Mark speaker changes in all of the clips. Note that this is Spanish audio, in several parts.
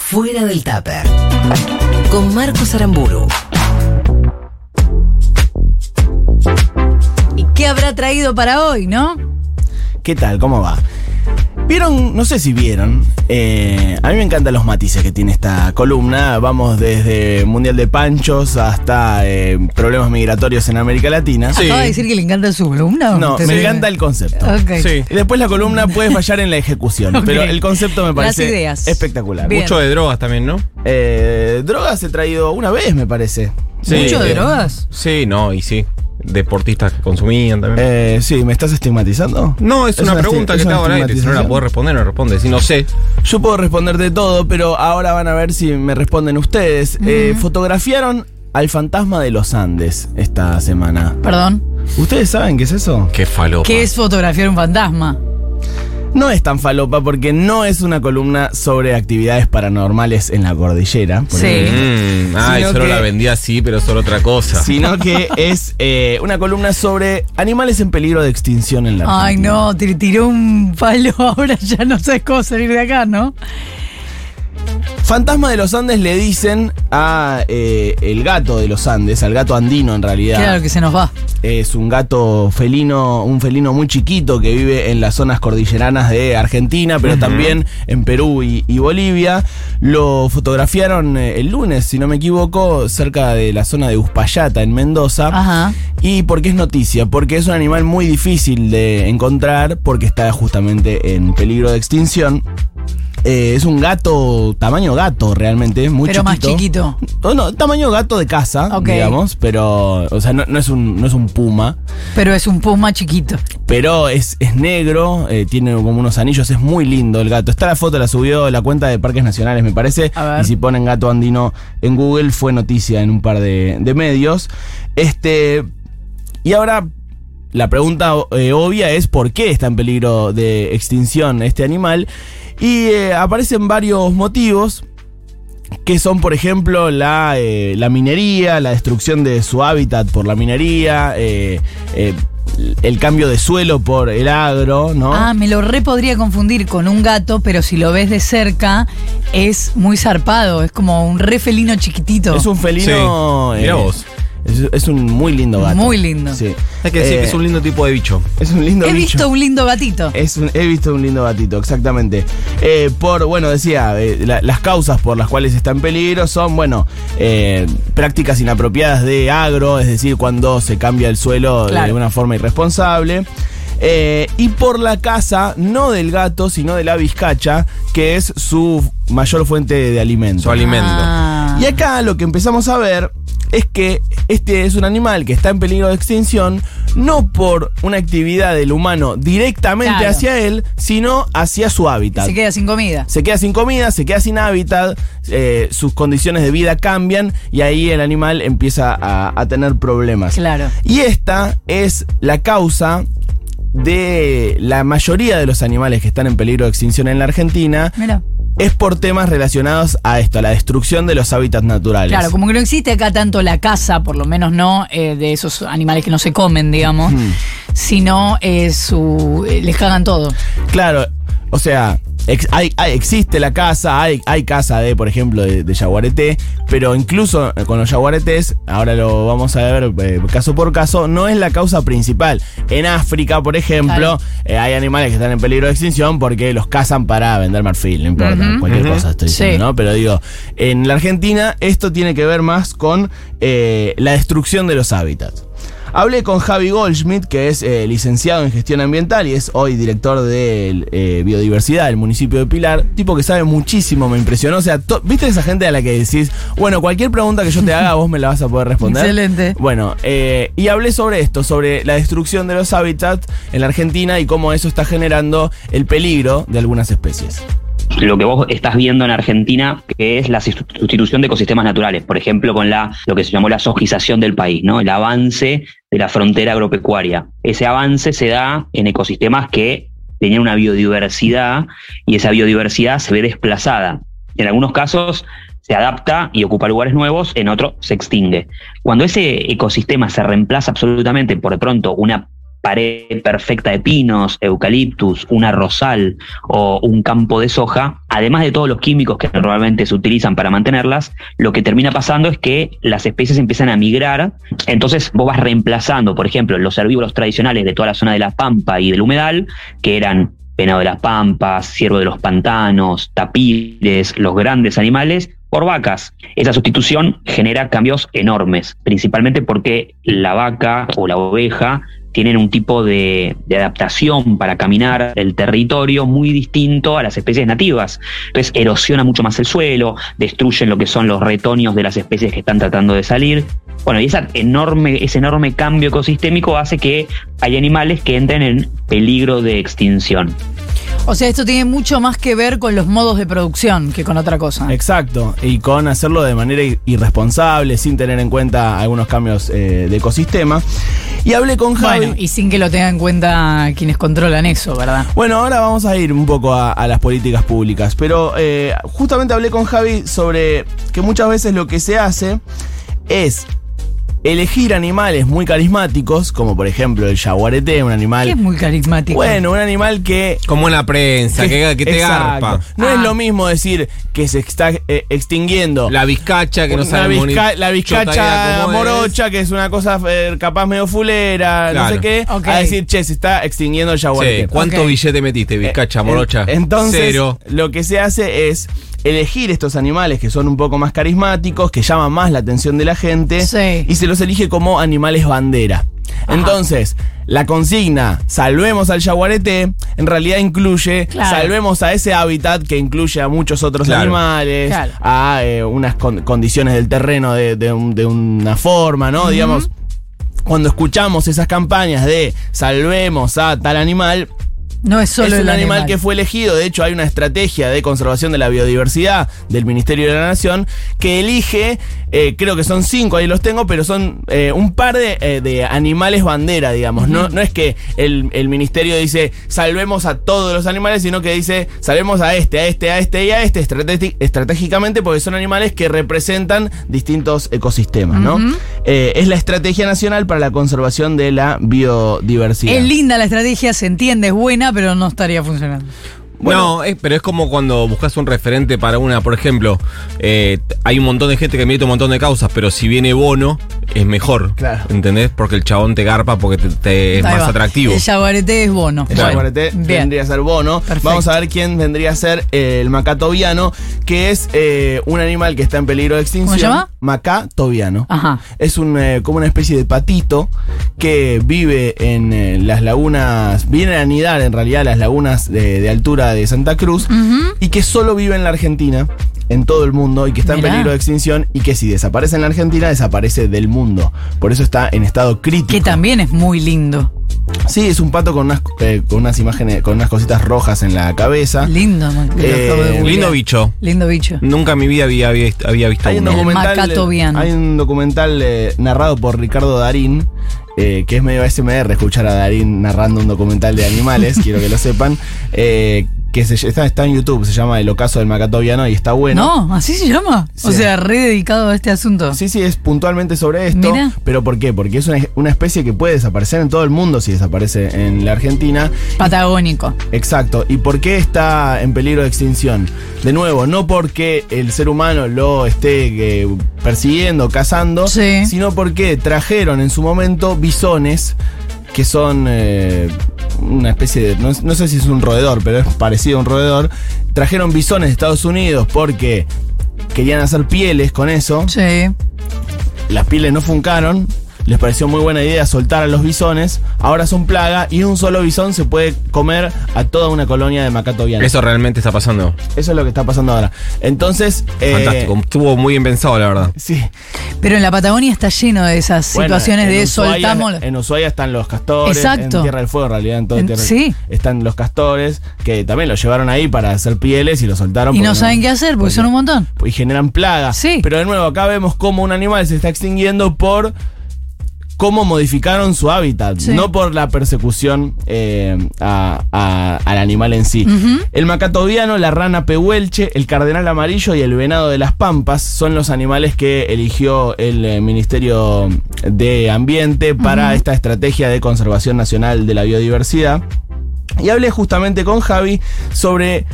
Speaker 1: Fuera del Tupper. Con Marcos Aramburu.
Speaker 2: ¿Y qué habrá traído para hoy, no?
Speaker 3: ¿Qué tal? ¿Cómo va? Vieron, no sé si vieron, eh, a mí me encantan los matices que tiene esta columna. Vamos desde Mundial de Panchos hasta eh, problemas migratorios en América Latina.
Speaker 4: Sí.
Speaker 2: ¿Acaba de decir que le encanta su columna?
Speaker 3: No,
Speaker 2: Te-
Speaker 3: me encanta el concepto.
Speaker 2: Ok.
Speaker 4: Sí.
Speaker 3: Y Después la columna puede fallar en la ejecución,
Speaker 2: Ok.
Speaker 3: pero el concepto me
Speaker 2: Las
Speaker 3: parece
Speaker 2: ideas.
Speaker 3: espectacular.
Speaker 2: Bien.
Speaker 4: Mucho de drogas también, ¿no?
Speaker 3: Eh, drogas he traído una vez, me parece.
Speaker 4: Sí.
Speaker 2: ¿Mucho de
Speaker 4: Eh,
Speaker 2: drogas?
Speaker 4: Sí, no, y sí. Deportistas que consumían también.
Speaker 3: Eh, sí, ¿me estás estigmatizando?
Speaker 4: no, es, una,
Speaker 3: esti-
Speaker 4: pregunta que
Speaker 3: es
Speaker 4: te
Speaker 3: una
Speaker 4: hago al aire. Si no la
Speaker 3: estigmatización.
Speaker 4: puedo responder, no responde. Si no sé.
Speaker 3: Yo puedo responder de todo, pero ahora van a ver si me responden ustedes. Eh, fotografiaron al fantasma de los Andes esta semana.
Speaker 2: Perdón.
Speaker 3: ¿Ustedes saben qué es eso?
Speaker 4: Qué falopa.
Speaker 2: ¿Qué es fotografiar un fantasma?
Speaker 3: No es tan falopa porque no es una columna sobre actividades paranormales en la cordillera. por
Speaker 2: Sí.
Speaker 3: ejemplo,
Speaker 4: Mm, ay,
Speaker 3: Sino
Speaker 4: solo
Speaker 3: que-
Speaker 4: la vendía así, pero solo otra cosa.
Speaker 3: Sino que es eh, una columna sobre animales en peligro de extinción en la
Speaker 2: Ay,
Speaker 3: Argentina.
Speaker 2: no, te tiró un palo ahora, ya no sabes cómo salir de acá, ¿no?
Speaker 3: Fantasma de los Andes le dicen a eh, el gato de los Andes, al gato andino en realidad.
Speaker 2: Claro que se nos va.
Speaker 3: Es un gato felino, un felino muy chiquito que vive en las zonas cordilleranas de Argentina, pero también en Perú y, y Bolivia. Lo fotografiaron eh, el lunes, si no me equivoco, cerca de la zona de Uspallata, en Mendoza.
Speaker 2: Ajá.
Speaker 3: ¿Y por qué es noticia? Porque es un animal muy difícil de encontrar porque está justamente en peligro de extinción. Eh, es un gato, tamaño gato realmente, muy
Speaker 2: Pero más chiquito.
Speaker 3: no, Oh, no, tamaño gato de casa,
Speaker 2: Ok.
Speaker 3: digamos, pero, o sea, no, no es un, no es un puma,
Speaker 2: Pero es un puma chiquito.
Speaker 3: pero es, es negro, eh, tiene como unos anillos, es muy lindo el gato. Está la foto, la subió la cuenta de Parques Nacionales, me parece,
Speaker 2: A ver.
Speaker 3: y si ponen gato andino en Google fue noticia en un par de, de medios. Este, y ahora la pregunta eh, obvia es por qué está en peligro de extinción este animal. Y eh, aparecen varios motivos. Que son, por ejemplo, la, eh, la minería, la destrucción de su hábitat por la minería, eh, eh, el cambio de suelo por el agro, ¿no?
Speaker 2: Ah, me lo re podría confundir con un gato, pero si lo ves de cerca, es muy zarpado. Es como un re felino chiquitito.
Speaker 3: es un felino. eh,
Speaker 4: Sí. Mirá vos.
Speaker 3: Es, es un muy lindo gato.
Speaker 2: Muy lindo.
Speaker 3: Sí.
Speaker 4: Hay que decir
Speaker 3: Eh,
Speaker 4: que es un lindo tipo de bicho.
Speaker 3: es un lindo
Speaker 2: He
Speaker 3: bicho.
Speaker 2: visto un lindo gatito.
Speaker 3: Es un- he visto un lindo gatito, exactamente. Eh, por, bueno, decía, eh, la- las causas por las cuales está en peligro son, bueno, eh, prácticas inapropiadas de agro, es decir, cuando se cambia el suelo eh, de
Speaker 2: Claro.
Speaker 3: una forma irresponsable. Eh, y por la casa, no del gato, sino de la vizcacha, que es su mayor fuente de alimento.
Speaker 4: Su alimento.
Speaker 2: Ah.
Speaker 3: Y acá lo que empezamos a ver es que este es un animal que está en peligro de extinción, no por una actividad del humano directamente
Speaker 2: Claro.
Speaker 3: hacia él, sino hacia su hábitat.
Speaker 2: Se
Speaker 3: Se queda,
Speaker 2: queda sin comida.
Speaker 3: sin comida, se queda sin hábitat, eh, sus condiciones de vida cambian y ahí el animal empieza a, a tener problemas.
Speaker 2: Claro.
Speaker 3: Y esta es la causa de la mayoría de los animales que están en peligro de extinción en la Argentina,
Speaker 2: Mira.
Speaker 3: es por temas relacionados a esto, a la destrucción de los hábitats naturales.
Speaker 2: Claro, como que no existe acá tanto la caza, por lo menos no eh, de esos animales que no se comen, digamos,
Speaker 3: Mm.
Speaker 2: sino eh, su, eh, les cagan todo.
Speaker 3: Claro, o sea, ex- hay- hay- existe la casa, hay, hay casa de, por ejemplo, de, de yaguareté, pero incluso eh, con los yaguaretés, ahora lo vamos a ver eh, caso por caso, no es la causa principal. En África, por ejemplo,
Speaker 2: Claro.
Speaker 3: eh, hay animales que están en peligro de extinción porque los cazan para vender marfil, no importa,
Speaker 2: Ujú.
Speaker 3: cualquier
Speaker 4: Ujú.
Speaker 3: cosa estoy
Speaker 2: Sí.
Speaker 3: diciendo, ¿no? Pero digo, en la Argentina esto tiene que ver más con eh, la destrucción de los hábitats. Hablé con Javi Goldschmidt, que es eh, licenciado en gestión ambiental y es hoy director de eh, biodiversidad del municipio de Pilar. Tipo que sabe muchísimo, me impresionó. O sea, to- ¿viste esa gente a la que decís, bueno, cualquier pregunta que yo te haga, vos me la vas a poder responder?
Speaker 2: Excelente.
Speaker 3: Bueno, eh, y hablé sobre esto, sobre la destrucción de los hábitats en la Argentina y cómo eso está generando el peligro de algunas especies.
Speaker 5: lo que vos estás viendo en Argentina, que es la sustitu- sustitución de ecosistemas naturales, por ejemplo, con la, lo que se llamó la sojización del país, ¿no? El avance de la frontera agropecuaria. Ese avance se da en ecosistemas que tenían una biodiversidad y esa biodiversidad se ve desplazada. En algunos casos se adapta y ocupa lugares nuevos, en otros se extingue. Cuando ese ecosistema se reemplaza absolutamente por de pronto una pared perfecta de pinos, eucaliptus, una rosal o un campo de soja, además de todos los químicos que normalmente se utilizan para mantenerlas, lo que termina pasando es que las especies empiezan a migrar, entonces vos vas reemplazando, por ejemplo, los herbívoros tradicionales de toda la zona de la pampa y del humedal, que eran venado de las pampas, ciervo de los pantanos, tapires, los grandes animales, por vacas. Esa sustitución genera cambios enormes, principalmente porque la vaca o la oveja tienen un tipo de, de, adaptación para caminar el territorio muy distinto a las especies nativas. Entonces erosiona mucho más el suelo, destruyen lo que son los retoños de las especies que están tratando de salir. Bueno, y esa enorme, ese enorme cambio ecosistémico hace que hay animales que entren en peligro de extinción.
Speaker 2: O sea, esto tiene mucho más que ver con los modos de producción que con otra cosa.
Speaker 3: Eh, Exacto, y con hacerlo de manera irresponsable, sin tener en cuenta algunos cambios eh, de ecosistema. Y hablé con Javi.
Speaker 2: Bueno, y sin que lo tengan en cuenta quienes controlan eso, ¿verdad?
Speaker 3: Bueno, ahora vamos a ir un poco a, a las políticas públicas, pero eh, justamente hablé con Javi sobre que muchas veces lo que se hace es elegir animales muy carismáticos, como por ejemplo el jaguarete, un animal.
Speaker 2: ¿Qué es muy carismático?
Speaker 3: Bueno, un animal que.
Speaker 4: Como en la prensa, que, que, que te
Speaker 3: Exacto.
Speaker 4: garpa.
Speaker 3: No
Speaker 2: Ah.
Speaker 3: es lo mismo decir que se está eh, extinguiendo.
Speaker 4: La vizcacha que no
Speaker 3: Una
Speaker 4: sabe
Speaker 3: vizca-
Speaker 4: moni-
Speaker 3: la
Speaker 4: chotaera
Speaker 3: vizcacha
Speaker 4: cómo es.
Speaker 3: morocha, que es una cosa eh, capaz medio fulera, no
Speaker 4: Claro.
Speaker 3: sé qué,
Speaker 2: Ok.
Speaker 3: a decir, che, se está extinguiendo el jaguarete.
Speaker 4: Sí, ¿cuánto
Speaker 2: Ok.
Speaker 4: billete metiste, vizcacha morocha?
Speaker 3: Eh, En- Entonces,
Speaker 4: Cero.
Speaker 3: lo que se hace es elegir estos animales que son un poco más carismáticos, que llaman más la atención de la gente,
Speaker 2: Sí.
Speaker 3: y se los elige como animales bandera. Entonces, la consigna, salvemos al jaguarete, en realidad incluye,
Speaker 2: Claro.
Speaker 3: salvemos a ese hábitat que incluye a muchos otros
Speaker 4: Claro.
Speaker 3: animales,
Speaker 2: Claro.
Speaker 3: a eh, unas con- condiciones del terreno de, de un- de una forma, ¿no? Digamos, cuando escuchamos esas campañas de salvemos a tal animal,
Speaker 2: No es solo
Speaker 3: es un
Speaker 2: el
Speaker 3: animal,
Speaker 2: animal.
Speaker 3: que fue elegido. De hecho, hay una estrategia de conservación de la biodiversidad del Ministerio de la Nación que elige, eh, creo que son cinco, ahí los tengo, pero son eh, un par de, eh, de animales bandera, digamos. No, no es que el, el ministerio dice salvemos a todos los animales, sino que dice salvemos a este, a este, a este y a este estrategi- estratégicamente porque son animales que representan distintos ecosistemas, ¿no? Eh, es la estrategia nacional para la conservación de la biodiversidad.
Speaker 2: Es linda la estrategia, se entiende, es buena, pero no estaría funcionando.
Speaker 4: no, es- pero es como cuando buscas un referente para una, por ejemplo, eh, t- hay un montón de gente que milita un montón de causas, pero si viene Bono, es mejor.
Speaker 3: Claro.
Speaker 4: ¿Entendés? Porque el chabón te garpa porque te, te- es
Speaker 2: Ahí
Speaker 4: más
Speaker 2: va.
Speaker 4: atractivo.
Speaker 2: El jaguarete es bono.
Speaker 3: El
Speaker 4: Bueno,
Speaker 3: Jaguarete
Speaker 2: bien.
Speaker 3: vendría a ser Bono.
Speaker 2: Perfecto.
Speaker 3: Vamos a ver quién vendría a ser eh, el macatoviano, que es eh, un animal que está en peligro de extinción.
Speaker 2: ¿Cómo se llama? Ah.
Speaker 3: Macatoviano.
Speaker 2: Ajá.
Speaker 3: Es un, eh, como una especie de patito que vive en eh, las lagunas, viene a anidar en realidad las lagunas de, de altura de Santa Cruz
Speaker 2: Mm.
Speaker 3: y que solo vive en la Argentina, en todo el mundo y que está
Speaker 2: Mirá.
Speaker 3: en peligro de extinción y que si desaparece en la Argentina desaparece del mundo. Por eso está en estado crítico.
Speaker 2: Que también es muy lindo.
Speaker 3: Sí, es un pato con unas, eh, con unas imágenes, con unas cositas rojas en la cabeza.
Speaker 2: Lindo, man- Ah. lo
Speaker 3: Eh, Mm,
Speaker 2: acabo de googlear.
Speaker 4: Lindo bicho.
Speaker 2: Lindo bicho.
Speaker 4: Nunca en mi vida había, había- había visto
Speaker 3: Hay un
Speaker 4: uno.
Speaker 2: El
Speaker 3: documental,
Speaker 2: macatoviano.
Speaker 3: hay un documental eh, narrado por Ricardo Darín, eh, que es medio ASMR escuchar a Darín narrando un documental de animales, quiero que lo sepan, eh, que se- está, está en YouTube, se llama El ocaso del macatoviano y está bueno.
Speaker 2: No, así se llama. O
Speaker 3: Sí.
Speaker 2: sea, re dedicado a este asunto.
Speaker 3: Sí, sí, es puntualmente sobre esto.
Speaker 2: Mira.
Speaker 3: ¿Pero por qué? Porque es una, una especie que puede desaparecer en todo el mundo si desaparece en la Argentina.
Speaker 2: Patagónico.
Speaker 3: Exacto. ¿Y por qué está en peligro de extinción? De nuevo, no porque el ser humano lo esté eh, persiguiendo, cazando,
Speaker 2: Sí.
Speaker 3: sino porque trajeron en su momento bisones que son eh, una especie de... No, no sé si es un roedor, pero es parecido a un roedor. Trajeron bisones de Estados Unidos porque querían hacer pieles con eso.
Speaker 2: Sí.
Speaker 3: Las pieles no funcaron. Les pareció muy buena idea soltar a los bisones. Ahora son plaga y un solo bisón se puede comer a toda una colonia de macatovianos. Eso,
Speaker 4: Eso realmente está pasando.
Speaker 3: es lo que está pasando ahora. Entonces. eh,
Speaker 4: Fantástico. Estuvo muy bien pensado, la verdad.
Speaker 3: Sí.
Speaker 2: Pero en la Patagonia está lleno de esas
Speaker 3: Bueno,
Speaker 2: situaciones
Speaker 3: en
Speaker 2: de
Speaker 3: Ushuaia-
Speaker 2: soltamos.
Speaker 3: En Ushuaia están los castores.
Speaker 2: Exacto.
Speaker 3: En Tierra del Fuego, en realidad, en todo
Speaker 2: En-
Speaker 3: Tierra del-
Speaker 2: sí.
Speaker 3: Están los castores que también los llevaron ahí para hacer pieles y los soltaron.
Speaker 2: Y
Speaker 3: porque
Speaker 2: no saben qué hacer porque son un montón.
Speaker 3: y generan plagas.
Speaker 2: Sí.
Speaker 3: Pero de nuevo, acá vemos cómo un animal se está extinguiendo por cómo modificaron su hábitat,
Speaker 2: Sí.
Speaker 3: no por la persecución eh, a- a- al animal en sí.
Speaker 2: Ujú.
Speaker 3: El macatoviano, la rana pehuelche, el cardenal amarillo y el venado de las pampas son los animales que eligió el eh, Ministerio de Ambiente para esta estrategia de conservación nacional de la biodiversidad. Y hablé justamente con Javi sobre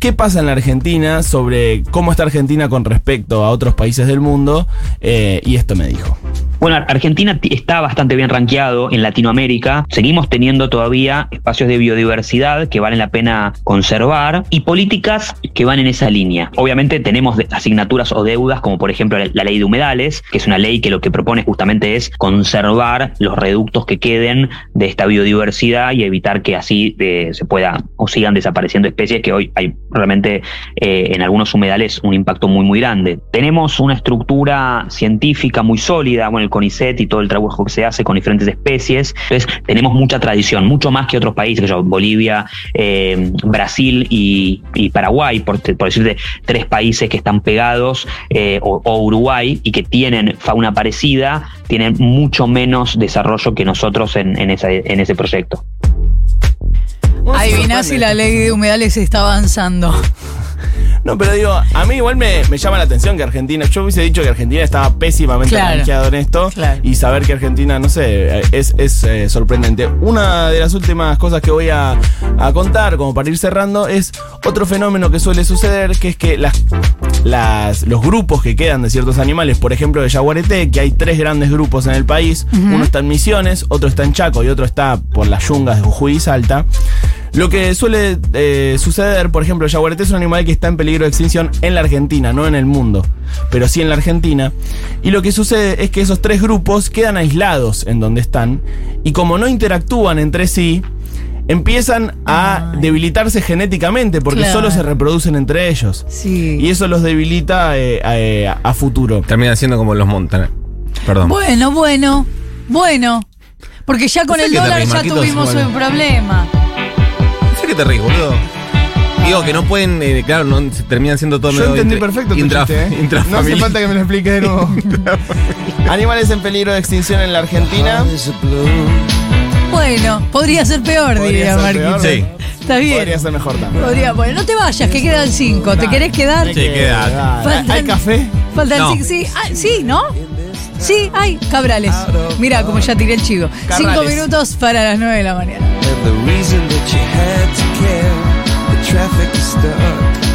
Speaker 3: qué pasa en la Argentina, sobre cómo está Argentina con respecto a otros países del mundo, eh, y esto me dijo.
Speaker 5: Bueno, Argentina ti- está bastante bien rankeado en Latinoamérica. Seguimos teniendo todavía espacios de biodiversidad que valen la pena conservar y políticas que van en esa línea. Obviamente tenemos de- asignaturas o deudas como por ejemplo la- la ley de humedales, que es una ley que lo que propone justamente es conservar los reductos que queden de esta biodiversidad y evitar que así eh, se pueda o sigan desapareciendo especies que hoy hay realmente eh, en algunos humedales un impacto muy muy grande. Tenemos una estructura científica muy sólida, bueno, el CONICET y todo el trabajo que se hace con diferentes especies. Entonces, tenemos mucha tradición, mucho más que otros países, que yo, Bolivia, eh, Brasil y, y Paraguay, por, te- por decirte, tres países que están pegados, eh, o, o Uruguay, y que tienen fauna parecida, tienen mucho menos desarrollo que nosotros en, en esa- en ese proyecto.
Speaker 2: Adiviná si la ley de este humedales está avanzando.
Speaker 3: No, pero digo, a mí igual me, me llama la atención que Argentina. Yo hubiese dicho que Argentina estaba pésimamente
Speaker 2: Claro.
Speaker 3: rankeado en esto.
Speaker 2: Claro.
Speaker 3: Y saber que Argentina, no sé, eh, es, es, eh, sorprendente. Una de las últimas cosas que voy a, a contar, como para ir cerrando, es otro fenómeno que suele suceder, que es que las, las- los grupos que quedan de ciertos animales, por ejemplo de Yaguareté, que hay tres grandes grupos en el país, uno está en Misiones, otro está en Chaco y otro está por las yungas de Jujuy y Salta. Lo que suele eh, suceder, por ejemplo, el yaguareté es un animal que está en peligro de extinción en la Argentina, no en el mundo, pero sí en la Argentina. Y lo que sucede es que esos tres grupos quedan aislados en donde están y como no interactúan entre sí, empiezan a debilitarse genéticamente porque
Speaker 2: Claro.
Speaker 3: solo se reproducen entre ellos.
Speaker 2: Sí.
Speaker 3: Y eso los debilita eh, a, eh, a futuro.
Speaker 4: Termina siendo como los Montana. Perdón.
Speaker 2: Bueno, bueno, bueno. Porque ya con
Speaker 4: Pensé
Speaker 2: el
Speaker 4: que
Speaker 2: dólar
Speaker 4: también,
Speaker 2: ya
Speaker 4: Marquitos,
Speaker 2: tuvimos
Speaker 4: igual.
Speaker 2: un problema.
Speaker 4: ¿Sabes qué te ríes, boludo? Digo que no pueden, eh, claro, no, se terminan siendo todo
Speaker 6: Yo
Speaker 4: medio
Speaker 6: entendí
Speaker 4: intra-
Speaker 6: perfecto tu
Speaker 4: intra-
Speaker 6: chiste, ¿eh? No hace
Speaker 4: intrafamiliar.
Speaker 6: falta que me lo expliques de nuevo.
Speaker 3: Animales en peligro de extinción en la Argentina.
Speaker 2: Bueno, podría ser peor,
Speaker 3: Podría
Speaker 2: diría
Speaker 3: ser peor,
Speaker 2: Marquitos.
Speaker 4: Sí.
Speaker 2: Está bien.
Speaker 3: Podría ser mejor también.
Speaker 2: Podría, bueno, no te vayas, que quedan cinco. ¿Te querés quedar?
Speaker 4: Sí, quédate.
Speaker 2: Faltan-
Speaker 3: ¿Hay café?
Speaker 2: Faltan
Speaker 4: No.
Speaker 2: cinco. Sí, ah, sí, ¿no? Sí, hay cabrales. Mira, como ya tiré el chivo. Cinco
Speaker 3: Carrales.
Speaker 2: minutos para las nueve de la mañana.
Speaker 7: And the reason that you had to care, the traffic is stuck.